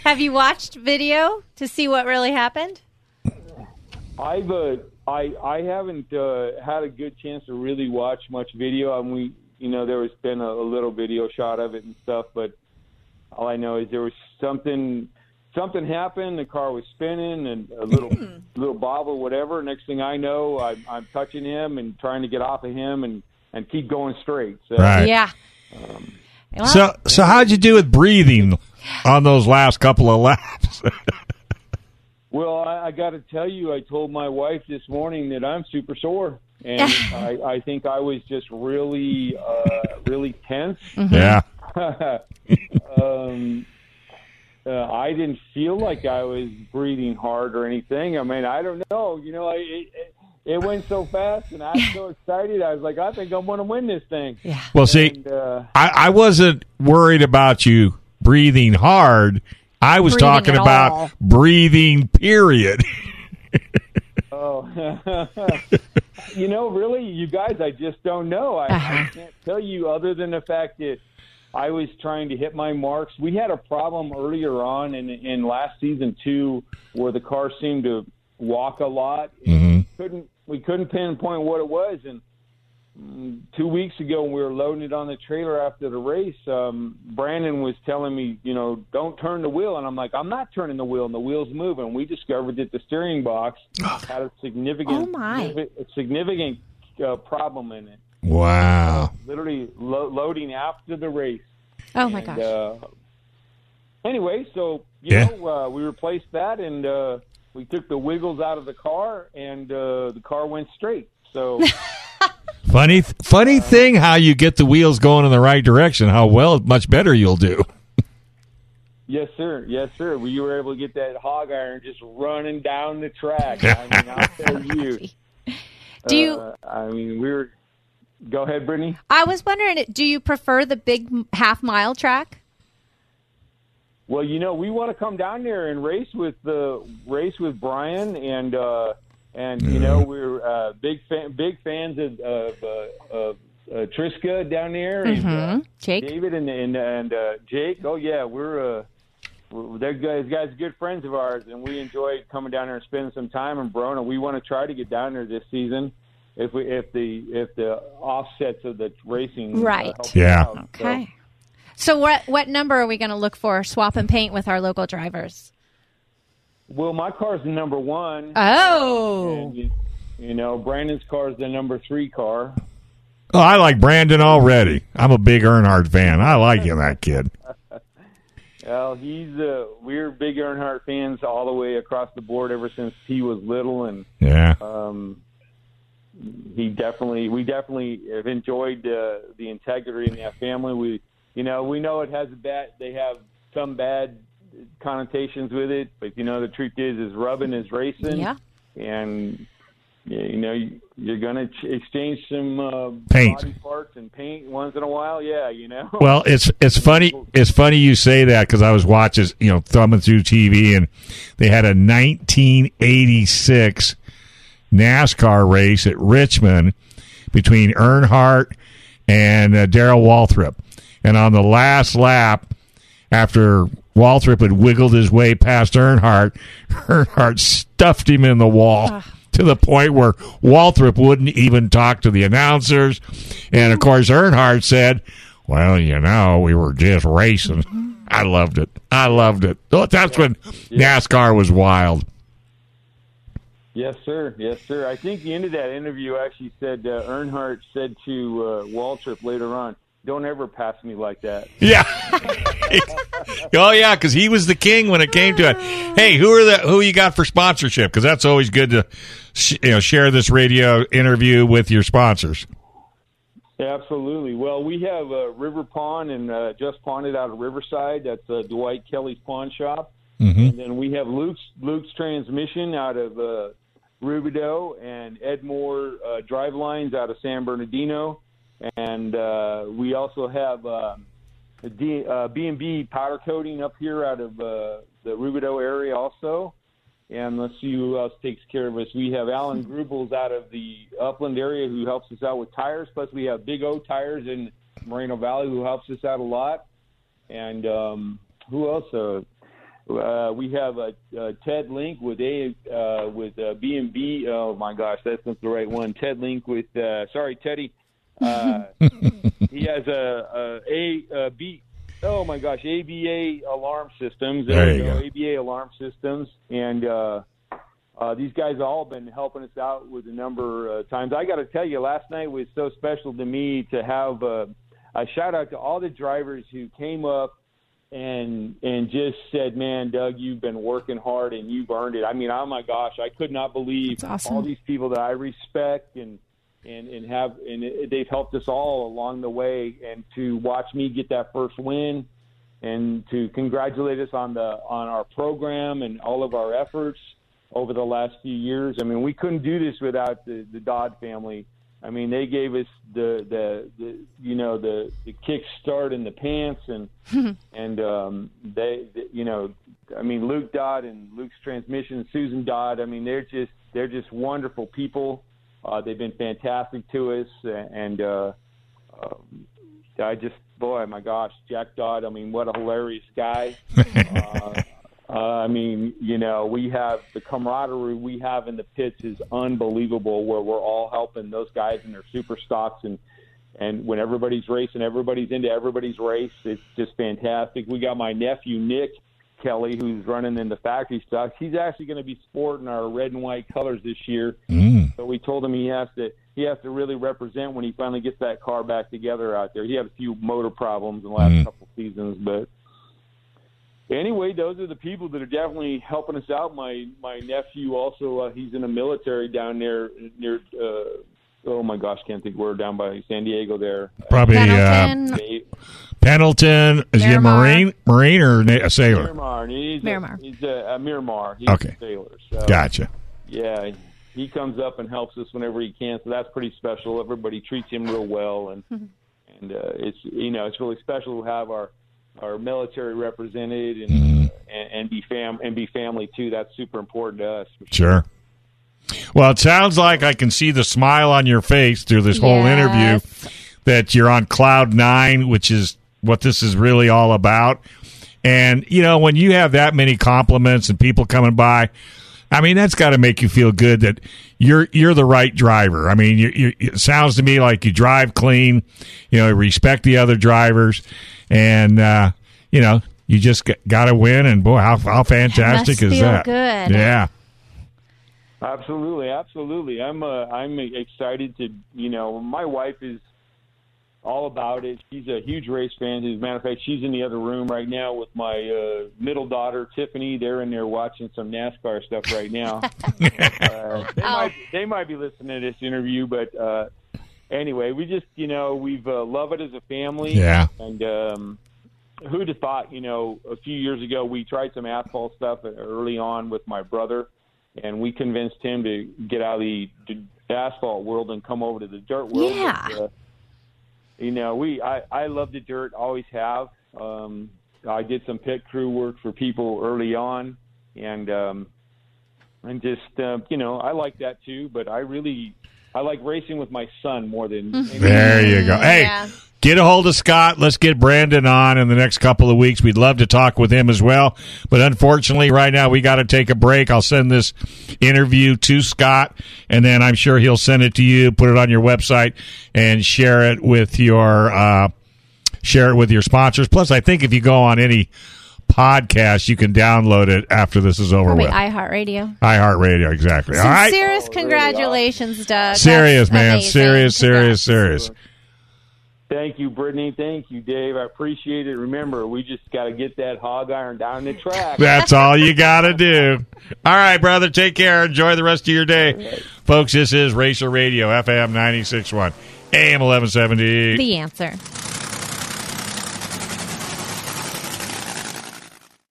Have you watched video to see what really happened?
I've uh, I I haven't uh, had a good chance to really watch much video. I mean, we you know there was been a, a little video shot of it and stuff, but all I know is there was something something happened. The car was spinning and a little little bob or whatever. Next thing I know, I'm, I'm touching him and trying to get off of him and and keep going straight. So um,
Right.
Yeah. Well,
So, so how'd you do with breathing on those last couple of laps?
Well, I, I got to tell you, I told my wife this morning that I'm super sore, and I, I think I was just really, uh, really tense.
Mm-hmm.
Yeah.
um, uh, I didn't feel like I was breathing hard or anything. I mean, I don't know. You know, I, it, it- it went so fast, and I was so excited. I was like, I think I'm going to win this thing. Yeah.
Well, see,
And, uh,
I, I wasn't worried about you breathing hard. I was
Breathing
talking
at
about
all.
breathing, period.
Oh, you know, really, you guys, I just don't know. I, I can't tell you other than the fact that I was trying to hit my marks. We had a problem earlier on in in last season too, where the car seemed to walk a lot. Couldn't we couldn't pinpoint what it was, and two weeks ago when we were loading it on the trailer after the race, um, Brandon was telling me, you know, don't turn the wheel, and I'm like, I'm not turning the wheel, and the wheel's moving. We discovered that the steering box had a significant,
Oh, my.
a significant uh, problem in it.
Wow.
Literally lo- loading after the race.
oh my
And,
gosh.
Uh, anyway, so you
Yeah.
know, uh, we replaced that, and uh, we took the wiggles out of the car, and uh, the car went straight. So.
Funny, funny thing how you get the wheels going in the right direction, how well, much better you'll do.
Yes, sir. Yes, sir. We were able to get that hog iron just running down the track. I mean, I'll tell you.
do you?
Uh, I mean, we were. Go ahead, Brittany.
I was wondering, do you prefer the big m- half mile track?
Well, you know, we want to come down there and race with the race with Brian and uh, and you know we're uh, big fan, big fans of of, uh, of uh, Triska down there. and, uh,
Mhm. Jake?
David, and and, and uh, Jake. Oh yeah, we're. Uh, we're- they're guys, guys, are good friends of ours, and we enjoy coming down there and spending some time in Brona. We want to try to get down there this season, if we if the if the offsets of the racing uh,
Right.
help us
Yeah.
out. So-
Okay. So what what number are we going to look for? Swap and paint with our local drivers.
Well, my car's the number one.
Oh,
And you, you know, Brandon's car is the number three car.
Oh, I like Brandon already. I'm a big Earnhardt fan. I like him, that kid.
Well, he's uh, we're big Earnhardt fans all the way across the board ever since he was little, and
Yeah.
um, he definitely we definitely have enjoyed uh, the integrity in that family. We you know we know it has a bad they have some bad connotations with it, but you know the truth is is rubbing is racing,
yeah.
and yeah, you know you- you're gonna ch- exchange some uh,
Paint.
body parts and paint once in a while. Yeah, you know.
Well, it's it's funny it's funny you say that because I was watching you know thumbing through TV and they had a 1986 NASCAR race at Richmond between Earnhardt and uh, Daryl Waltrip, and on the last lap, after Waltrip had wiggled his way past Earnhardt, Earnhardt stuffed him in the wall. To the point where Waltrip wouldn't even talk to the announcers. And of course, Earnhardt said, Well, you know, we were just racing. I loved it. I loved it. Oh, That's when NASCAR was wild.
Yes, sir. Yes, sir. I think the end of that interview actually said uh, Earnhardt said to uh, Waltrip later on, "Don't ever pass me like that."
Yeah. oh yeah, because he was the king when it came to it. Hey, who are the who you got for sponsorship? Because that's always good to sh- you know share this radio interview with your sponsors.
Absolutely. Well, we have uh, River Pond and uh, Just Ponded out of Riverside. That's uh, Dwight Kelly's pawn shop. And then we have Luke's Luke's Transmission out of uh, Rubidoux and Edmore uh, Drive Lines out of San Bernardino. And uh, we also have um, D, uh, B&B Powder Coating up here out of uh, the Rubidoux area also. And let's see who else takes care of us. We have Alan Grubels out of the Upland area who helps us out with tires. Plus, we have Big O Tires in Moreno Valley who helps us out a lot. And um, who else? Uh, uh, we have uh, uh, Ted Link with a uh, with uh, B and B. Oh my gosh, that's not the right one. Ted Link with uh, sorry Teddy. Uh, he has a, a a uh, B. Oh my gosh, ABA alarm systems.
There
we
you go.
ABA alarm systems, and uh, uh, these guys have all been helping us out with a number of times. I got to tell you, last night was so special to me to have uh, a shout out to all the drivers who came up and and just said, "Man, Doug, you've been working hard and you've earned it." I mean, oh my gosh, I could not believe
awesome.
all these people that I respect and and and have and it, they've helped us all along the way. And to watch me get that first win, and to congratulate us on the on our program and all of our efforts over the last few years. I mean, we couldn't do this without the, the Dodd family. I mean, they gave us the the, the you know the the kick start in the pants and and um, they, they you know I mean Luke Dodd and Luke's transmission, Susan Dodd. I mean, they're just they're just wonderful people. Uh, they've been fantastic to us and. Uh, um, I just, boy, my gosh, Jack Dodd. I mean, what a hilarious guy. uh, uh, I mean, you know, we have the camaraderie we have in the pits is unbelievable. Where we're all helping those guys in their super stocks and and when everybody's racing, everybody's into everybody's race. It's just fantastic. We got my nephew Nick Kelly, who's running in the factory stocks. He's actually going to be sporting our red and white colors this year. But we told him he has to he has to really represent when he finally gets that car back together out there. He had a few motor problems in the last couple seasons, but anyway, those are the people that are definitely helping us out. My my nephew also uh, he's in the military down there near. Uh, oh my gosh, can't think where down by San Diego there.
Probably uh,
Pendleton,
They-
Pendleton. Is he a
Miramar.
marine, marine or na- a sailor?
Miramar. and He's a-
Miramar.
He's a, a Miramar. He's
Okay.
A sailor. So,
Gotcha.
Yeah, he comes up and helps us whenever he can. So that's pretty special. Everybody treats him real well, and and uh, it's you know it's really special to have our our military represented and and, and be fam and be family too. That's super important to us.
Sure. Well, it sounds like I can see the smile on your face through this whole interview that you're on cloud nine, which is what this is really all about. And, you know, when you have that many compliments and people coming by, I mean, that's got to make you feel good that you're you're the right driver. I mean, you, you, it sounds to me like you drive clean, you know, you respect the other drivers, and uh, you know, you just got to win. And boy, how how fantastic
Must
is
feel
that?
good.
Yeah.
Absolutely, absolutely. I'm uh, I'm excited to you know my wife is all about it. She's a huge race fan. As a matter of fact, she's in the other room right now with my uh, middle daughter Tiffany. They're in there watching some NASCAR stuff right now. uh, they, might, they might be listening to this interview, but uh, anyway, we just you know we've uh, love it as a family.
Yeah.
and. um who'd have thought, you know, a few years ago we tried some asphalt stuff early on with my brother, and we convinced him to get out of the, the asphalt world and come over to the dirt world.
Yeah.
But, uh, you know, we I I love the dirt, always have. Um, I did some pit crew work for people early on, and um, and just uh, you know I like that too. But I really I like racing with my son more than
There you go. Hey,
Mm, yeah.
get a hold of Scott. Let's get Brandon on in the next couple of weeks. We'd love to talk with him as well. But unfortunately, right now, we got to take a break. I'll send this interview to Scott, and then I'm sure he'll send it to you, put it on your website, and share it with your. Uh, share it with your sponsors. Plus, I think if you go on any podcast, you can download it after this is over
Probably
with.
iHeartRadio.
iHeartRadio, exactly. All right.
Oh,
Serious congratulations, Doug. That's
serious, man.
amazing.
Serious, serious,
Congrats.
serious.
Thank you, Brittany. Thank you, Dave. I appreciate it. Remember, we just got to get that hog iron down the track.
That's all you got to do. All right, brother. Take care. Enjoy the rest of your day. Folks, this is Racer Radio, FM 96.1, AM 1170.
The answer.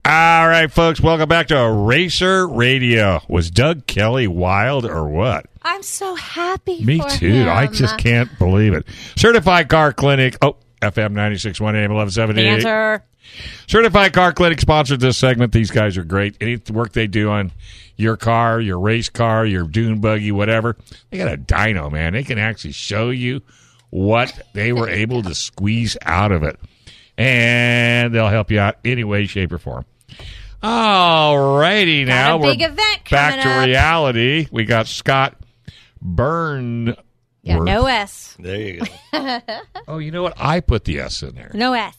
All right, folks. Welcome back to Racer Radio. Was Doug Kelly wild or what?
I'm so happy.
Me
for
too. I
him.
just can't believe it. Certified Car Clinic. Oh, FM 96.1, AM
The
1170.
answer.
Certified Car Clinic sponsored this segment. These guys are great. Any work they do on your car, your race car, your dune buggy, whatever, they got a dyno, man. They can actually show you what they were able to squeeze out of it. And they'll help you out any way, shape, or form. All righty now.
a big
we're
event
back
coming
to
up.
reality. We got Scott Byrne.
Yeah, no S.
There you go.
Oh, you know what? I put the S in there.
No S.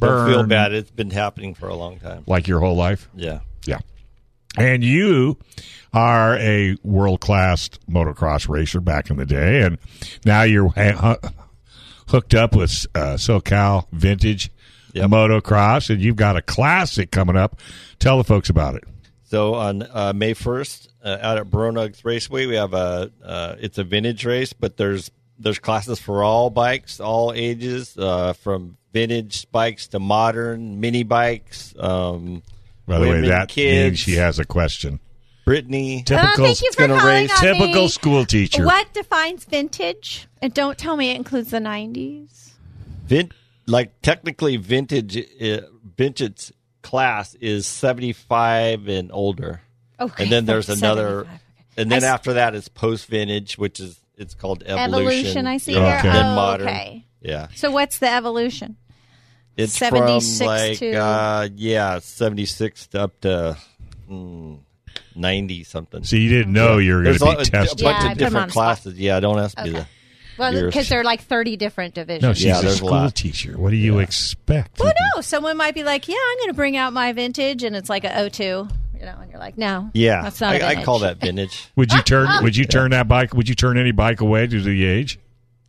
Don't feel
Byrne,
bad. It's been happening for a long time.
Like your whole life?
Yeah.
Yeah. And you are a world class motocross racer back in the day, and now you're ha- hu- hooked up with uh, SoCal Vintage
Yep.
Motocross, and you've got a classic coming up. Tell the folks about it.
So on uh, May first, uh, out at Bronugs Raceway, we have a uh, it's a vintage race, but there's there's classes for all bikes, all ages, uh, from vintage bikes to modern mini bikes. Um,
By the way,
women,
that means
kids,
she has a question.
Brittany.
Oh, thank you for
gonna
calling
raise-
on
typical
me.
school teacher.
What defines vintage? And don't tell me it includes the 90s.
Vin- like technically, vintage uh, vintage class is seventy five and older.
Okay,
and then there's
75.
another,
Okay.
and
I s-
then after that is post vintage, which is it's called evolution.
Evolution, I see
Yeah.
there.
Okay.
Then
Oh,
modern.
okay.
Yeah,
So what's the evolution?
it's
76
from like
to-
uh, yeah, seventy six to up to mm, ninety something.
So you didn't know you were going
There's
to
a,
be
a
tested.
Yeah,
bunch
I put 'em
of
on
different
the spot.
classes. Yeah, don't ask me that.
Well,
Yours.
because there are like 30 different divisions.
No, she's
Yeah,
a
there's a
school
lot.
teacher. What do you expect?
well, no. Oh, Someone might be like, yeah, I'm going to bring out my vintage, and it's like a 02. You know, and you're like, no.
Yeah,
That's not a
I, I
vintage.
call that vintage.
Would
uh,
you turn? Would you turn that bike? Would you turn any bike away due to the age?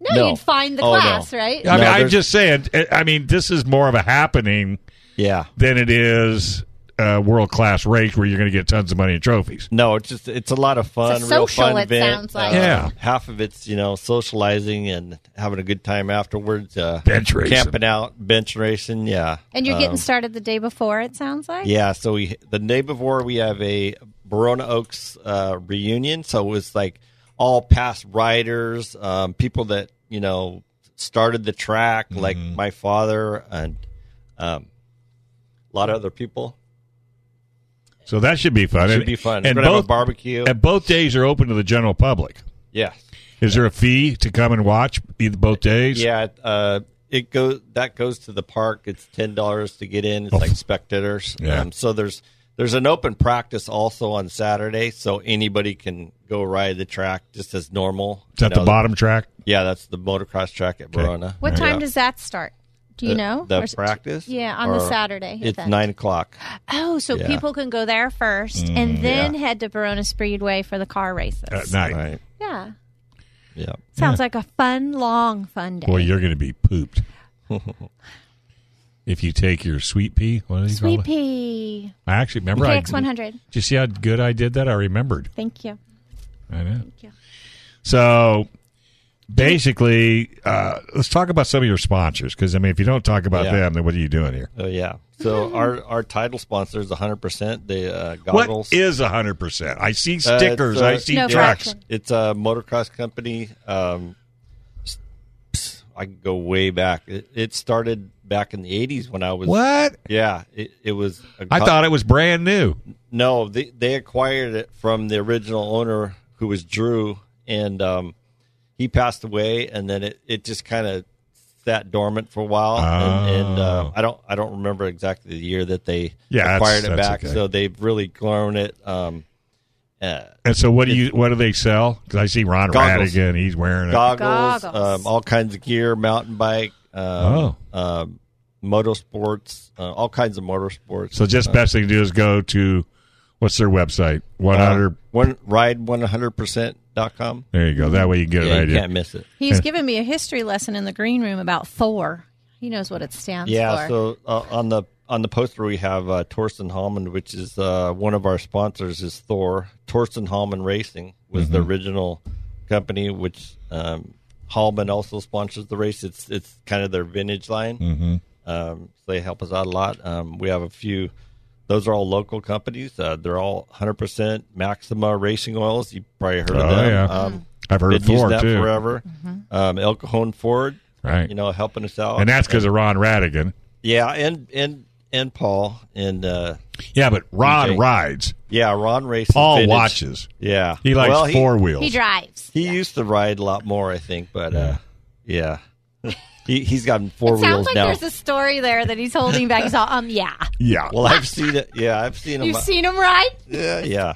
No,
No.
you'd find the
Oh, no.
class, right?
I
No,
mean, I'm
there's-
just saying. eh, I- I mean, this is more of a happening
Yeah.
than it is a world class race where you're going to get tons of money and trophies.
No, it's just it's a lot of fun,
It's a
real
social,
fun
it
event. Uh,
sounds like.
Yeah.
half of it's you know socializing and having a good time afterwards. Uh,
Bench racing.
camping out, bench racing. Yeah,
And you're
Um,
getting started the day before, it sounds like?
yeah. So we the day before we have a Verona Oaks uh, reunion, so it was like all past riders, um, people that you know started the track,
Mm-hmm.
like my father and um, a lot of other people.
So that should be fun.
Should
And-
be fun.
And
We're gonna have a
both
barbecue.
And both days are open to the general public.
Yeah.
Is there a fee to come and watch either both days?
Yeah, uh, it goes that goes to the park. It's ten dollars to get in. It's like spectators.
Oh.
Um,
Yeah.
so there's there's an open practice also on Saturday, so anybody can go ride the track just as normal.
It's at
You know,
the bottom track.
Yeah, that's the motocross track at Verona.
What time
Yeah.
does that start? Do you
The-
know?
the
Or is it-
practice?
Yeah, on the
Or-
Saturday.
It's
event.
nine o'clock.
Oh, so
Yeah. Mm,
people can go there first and then head to Verona Speedway for the car races.
At Uh, night.
Right.
yeah.
Uh, Yeah.
Sounds like a fun, long, fun day.
Boy, you're going to be pooped. if you take your sweet pea, what do you call
Sweet
it?
pea.
I actually remember. I, did
KX100.
you see how good I did that? I remembered.
Thank you.
I know.
you.
So basically, uh, let's talk about some of your sponsors because, I mean, if you don't talk about
Yeah.
them, then what are you doing here?
Oh yeah. So our our title sponsor is 100 percent the uh, goggles.
What is 100%? I see
Uh,
stickers,
it's, uh,
I see
No
trucks.
fraction.
It's a motocross company. Um, s- s- I can go way back. It, it started back in the '80s when I was.
What?
Yeah, it, it was. a
I
co-
thought it was brand new.
no, they they acquired it from the original owner who was Drew, and um, he passed away, and then it, it just kind of sat dormant for a while, and, and uh,
Oh.
I don't I don't remember exactly the year that they
Yeah, that's-
acquired it
that's
back.
okay.
So they've really grown it. Um, uh,
And so, what do you? What do they sell? Because I see Ron
Goggles.
Radigan; he's wearing it.
goggles,
Goggles.
Um, all kinds of gear, mountain bike,
Oh.
um, um, motorsports, uh, all kinds of motorsports.
So, just
Uh,
best thing to do is go to what's their website? One
uh,
hundred.
one ride one hundred percent dot com.
there you go. That way you can get
Yeah,
an
you
idea.
can't miss it.
He's given me a history lesson in the green room about Thor. He knows what it stands
Yeah.
for.
So uh, on the on the poster we have uh, Torsten Hallman, which is uh, one of our sponsors, is Thor. Torsten Hallman Racing was the
Mm-hmm.
original company, which um, Hallman also sponsors the race. It's it's kind of their vintage line.
Mm-hmm.
Um, so they help us out a lot. Um, we have a few. Those are all local companies. Uh, they're all 100% Maxima Racing Oils. You probably heard
Oh,
of them.
yeah.
Um,
I've heard of
been using
Thor
that
too.
forever. Um, El Cajon Ford,
Right.
You know, helping us out.
And that's because of Ron Radigan.
Yeah, and and and Paul and uh
Yeah, but Ron
Okay.
rides.
yeah, Ron races.
Paul
vintage.
watches.
Yeah,
He likes
Well,
four wheels.
he drives.
He used to ride a lot more, I think, but uh yeah, he he's gotten four
It
wheels
sounds like
now.
there's a story there that he's holding back. He's all, um, yeah.
yeah.
well, I've seen it. Yeah, I've seen him. uh,
You've seen him ride?
yeah, yeah.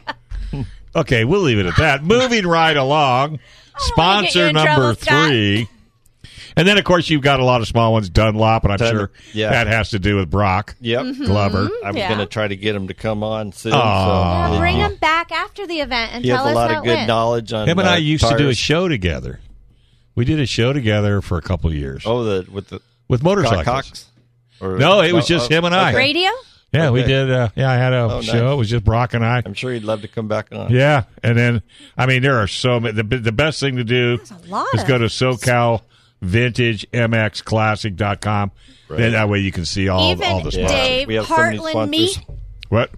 Okay, we'll leave it at that. Moving right along,
wanna get you
sponsor
in
number
trouble, Scott.
three. And then, of course, you've got a lot of small ones, Dunlop, and I'm
Dun-
sure
yeah.
that has to do with Brock
Yep.
Glover.
I was
Mm-hmm. Yeah.
gonna try to get him to come on soon.
Aw.
So
Yeah,
Bring
Uh-huh.
him back after the event and
he has
tell
a
us
lot
how
of
it
good
went.
knowledge on.
Him and
uh,
I used to do a
tires.
show together. We did a show together for a couple of years
Oh, the with the
with motorcyclists.
Cox. Or-
No, it was
oh,
just
oh,
him and I.
okay.
Radio?
Yeah, we
Okay.
did. Uh, yeah, I had a
Oh, nice.
show. It was just Brock and I.
I'm sure he'd love to come back on.
Yeah, and then I mean there are so many. The, the best thing to do
There's a lot
is go
of-
to SoCal Vintage MX Classic.com. Then that way you can see all,
Even
all the spots.
Dave
We have so many
Hartland, me,
sponsors.
What?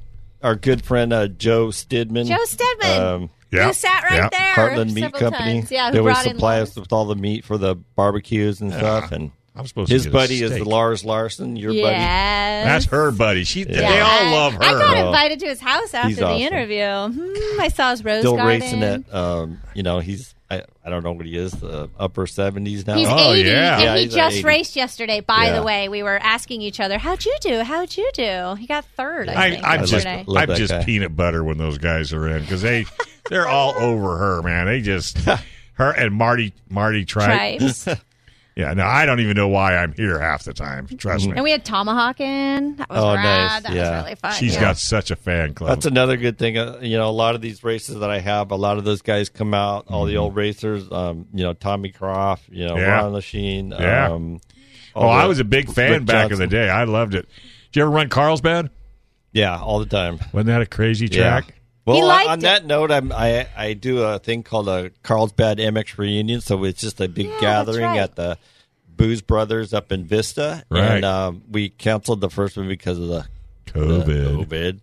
Our good friend uh, Joe Stidman.
Joe Stedman,
Um,
Yeah,
who sat right
yeah.
there
Heartland Meat
several
Company.
times. Yeah,
they
who
always
brought in
supply
lunch.
us with all the meat for the barbecues and stuff. And
I'm supposed to
his
get a
buddy is
steak.
Lars Larson, your buddy.
Yes.
That's her buddy. She. They
Yeah.
all love her.
I got
Well,
invited to his house after
he's
the
awesome.
interview. Hmm, I saw his rose
Still
garden.
racing it. Um, you know, he's I, I don't know what he is, the upper seventies now.
He's
Oh,
80,
yeah.
and
Yeah,
he
he's
just
80.
raced yesterday. By
Yeah.
the way, we were asking each other, "How'd you do? How'd you do?" He got third. I,
I,
think,
I'm just,
yesterday.
Love
I'm
that
just
guy.
peanut butter when those guys are in because they, they're all over her, man. They just her and Marty, Marty Tripe.
Tribes.
Yeah, no, I don't even know why I'm here half the time. Trust
Mm-hmm.
me,
and we had tomahawk in. That was
Oh,
rad.
nice.
That
Yeah.
was really fun.
she's
yeah.
got such a fan club.
That's another good thing. Uh, you know, a lot of these races that I have, a lot of those guys come out, all the old racers, um, you know, Tommy Croft, you know,
Mm-hmm. Yeah.
Ron Lachine.
Yeah.
Um,
oh, I was a big fan
Rick
back in the
Johnson.
day. I loved it. Did you ever run Carlsbad?
Yeah, all the time.
Wasn't that a crazy track?
Yeah. Well,
He
on-
liked
on
it.
that note, I'm, I I do a thing called a Carlsbad MX reunion, so it's just a big
Yeah,
gathering
that's right.
at the Booze Brothers up in Vista,
Right.
and um, we canceled the first one because of the the
COVID.
COVID.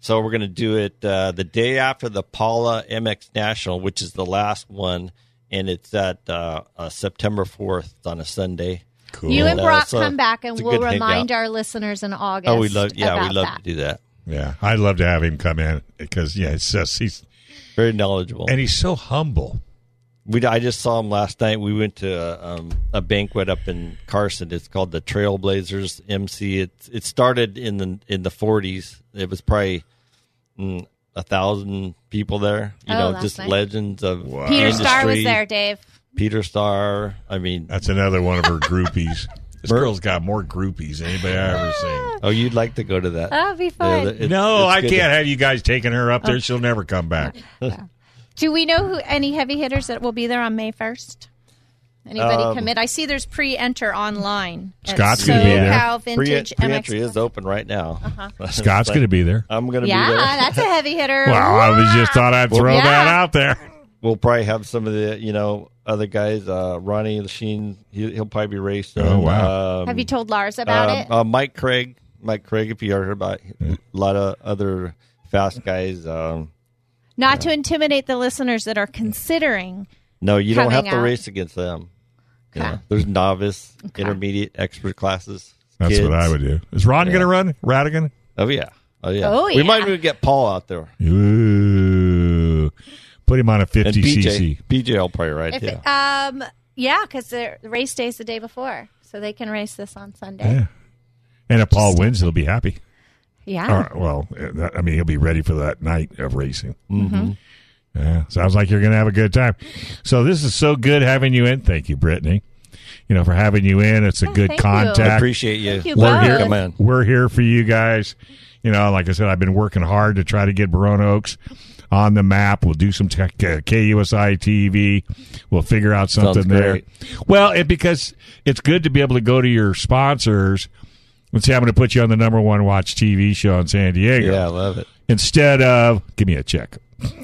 So we're going to do it uh, the day after the Paula MX National, which is the last one, and it's at uh, uh, September fourth on a Sunday.
Cool.
You and
Uh,
Brock
so
come back, and
it's a
we'll
good
remind
hangout.
our listeners in August.
Oh, we love yeah, we
about
love
that.
to do that.
Yeah, I'd love to have him come in because yeah, it's just, he's
very knowledgeable
and he's so humble.
We I just saw him last night. We went to a, um, a banquet up in Carson. It's called the Trailblazers MC. It it started in the in the forties. It was probably mm, a thousand people there. You
Oh,
know,
that's
just
nice.
legends of
Peter Starr was
industry.
there, Dave.
Peter Starr. I mean,
That's another one of her groupies. This girl's got more groupies than anybody I ever seen.
oh, you'd like to go to that?
Oh,
That'd be Oh, fun.
Yeah, it's-
no,
it's
I
good
can't
to-
have you guys taking her up there. She'll never come back.
Do we know who any heavy hitters that will be there on May first? Anybody
Um,
commit? I see there's pre-enter online. at
Scott's gonna be there.
SoCal
Pre-
Vintage MX.
Pre-entry is open right now.
Scott's going to be there.
I'm going to
Uh-huh. yeah,
be there.
that's a heavy hitter.
Well, I was just thought I'd throw
yeah.
that out there.
we'll probably have some of the you know other guys. Uh, Ronnie Lachine, he, he'll probably be racing.
Oh, wow.
Um,
Have you told Lars about
um,
it?
Uh, Mike Craig, Mike Craig. If you heard about a lot of other fast guys. Um,
Not to intimidate the listeners that are considering.
no, you don't have
Coming
to
out.
race against them. You
Okay.
know, there's novice, intermediate, expert classes.
That's
kids.
what I would do. Is Ron going to run? Radigan?
Oh yeah. Oh yeah.
Oh,
We might
yeah.
even get Paul out there.
Ooh. Put him on a
And
50
PJ.
cc.
PJ will probably ride.
If
yeah.
it- um, yeah, because the race day's the day before, so they can race this on Sunday.
Yeah. And if Paul wins, he'll be happy.
Yeah.
All right, well, uh, that- I mean, he'll be ready for that night of racing. Mm-hmm. Yeah, sounds like you're going to have a good time. So this is so good having you in. Thank you, Brittany. You know, for having you in. It's a
Yeah,
good
Oh, thank you.
I
contact.
appreciate you.
Thank you
We're
both.
here,
Come
man.
We're here for you guys. You know, like I said, I've been working hard to try to get Barone Oaks on the map. We'll do some tech, uh, KUSI TV. We'll figure out something
Sounds
there.
great.
Well, it because it's good to be able to go to your sponsors and say, I'm going to put you on the number one watch TV show in San Diego
Yeah, I love it.
instead of give me a check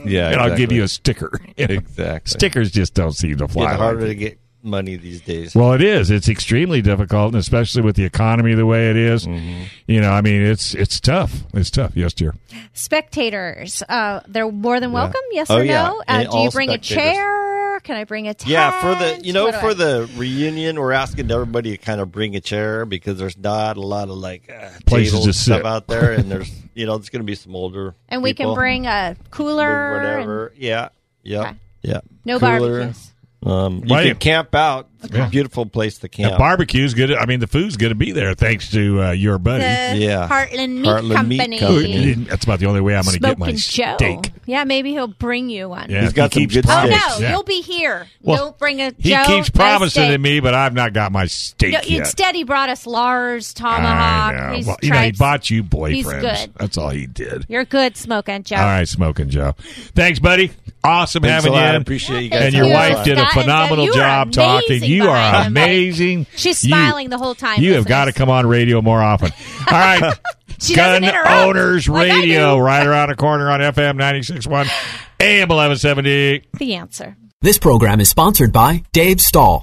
Yeah,
and I'll give
exactly.
you a sticker. You know?
Exactly.
Stickers just don't seem to fly.
Getting
like
harder
that.
to get money these days.
Well, it is. It's extremely difficult, and especially with the economy the way it is.
Mm-hmm.
You know, I mean, it's it's tough. It's tough. Yes, dear.
Spectators, uh, they're more than welcome. Yes
Oh,
or
yeah.
no?
And
Uh, do you
all
bring a
spectators.
chair? Can I bring a tent?
Yeah, for the you know
What do
for
I-
the reunion, we're asking everybody to kind of bring a chair because there's not a lot of like uh,
Places
tables
to
and stuff
sit.
out there, and there's you know there's going to be some older
and we
people.
can bring a
Bring
cooler. and-
whatever. Yeah, yeah,
Okay.
yeah.
No
Cooler.
barbecues.
Um, you
Why-
can camp out. It's
Yeah.
a beautiful place to
The
camp.
barbecue's good. I mean, the food's going to be there thanks to uh, your buddy.
The
Yeah.
Heartland Meat
Heartland Meat
Company.
Company.
That's about the only way I'm going to get my
Smoking Joe.
steak.
Yeah, maybe he'll bring you one.
Yeah,
He's got some
keeps
good
Oh
promising-
no,
steaks.
yeah.
you'll be here.
Well,
Don't bring a
He
Joe.
keeps promising
no
to
steak.
me, but I've not got my steak
No,
yet.
instead, he brought us Lars
I
tomahawk.
know.
He's
Well, you know, he
tried-
bought you boyfriends.
good.
That's all he did.
You're good, smoking Joe.
All right, smoking Joe. Thanks, buddy. Awesome
Thanks
having
a
you.
lot. I
in.
appreciate you guys.
and your
you.
wife
Scott and
did a
Deb,
phenomenal
you are
job talking.
amazing
You are
behind the mic.
amazing.
She's
You-
smiling the whole time,
You have
listeners.
got to come on radio more often. All right.
She doesn't
Gun
interrupt
Owners
like I
Radio,
do.
right around the corner on FM 96.1, AM 1170.
The answer.
This program is sponsored by Dave Stahl.